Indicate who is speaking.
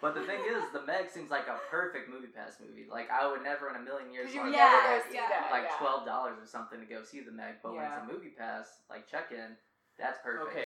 Speaker 1: But the thing is, The Meg seems like a perfect movie pass movie. Like I would never in a million years
Speaker 2: Because you
Speaker 1: want
Speaker 2: never
Speaker 1: to
Speaker 2: go
Speaker 3: Yeah,
Speaker 2: see
Speaker 3: yeah,
Speaker 2: that.
Speaker 1: like
Speaker 2: yeah.
Speaker 1: twelve dollars or something to go see The Meg. But when it's
Speaker 2: Yeah.
Speaker 1: a movie pass, like check in, that's perfect.
Speaker 4: Okay,